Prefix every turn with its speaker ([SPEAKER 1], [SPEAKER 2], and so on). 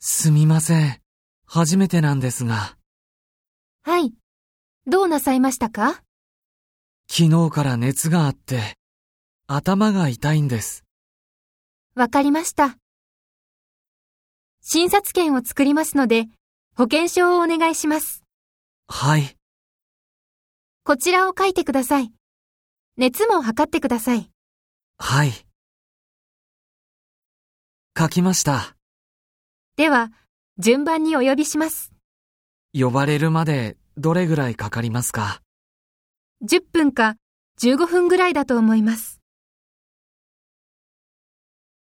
[SPEAKER 1] すみません。初めてなんですが、
[SPEAKER 2] はい。どうなさいましたか
[SPEAKER 1] 昨日から熱があって、頭が痛いんです。
[SPEAKER 2] わかりました。診察券を作りますので、保険証をお願いします。
[SPEAKER 1] はい、
[SPEAKER 2] こちらを書いてください。熱も測ってください。
[SPEAKER 1] はい。書きました。
[SPEAKER 2] では、順番にお呼びします。
[SPEAKER 1] 呼ばれるまでどれぐらいかかりますか
[SPEAKER 2] 10分か15分ぐらいだと思います。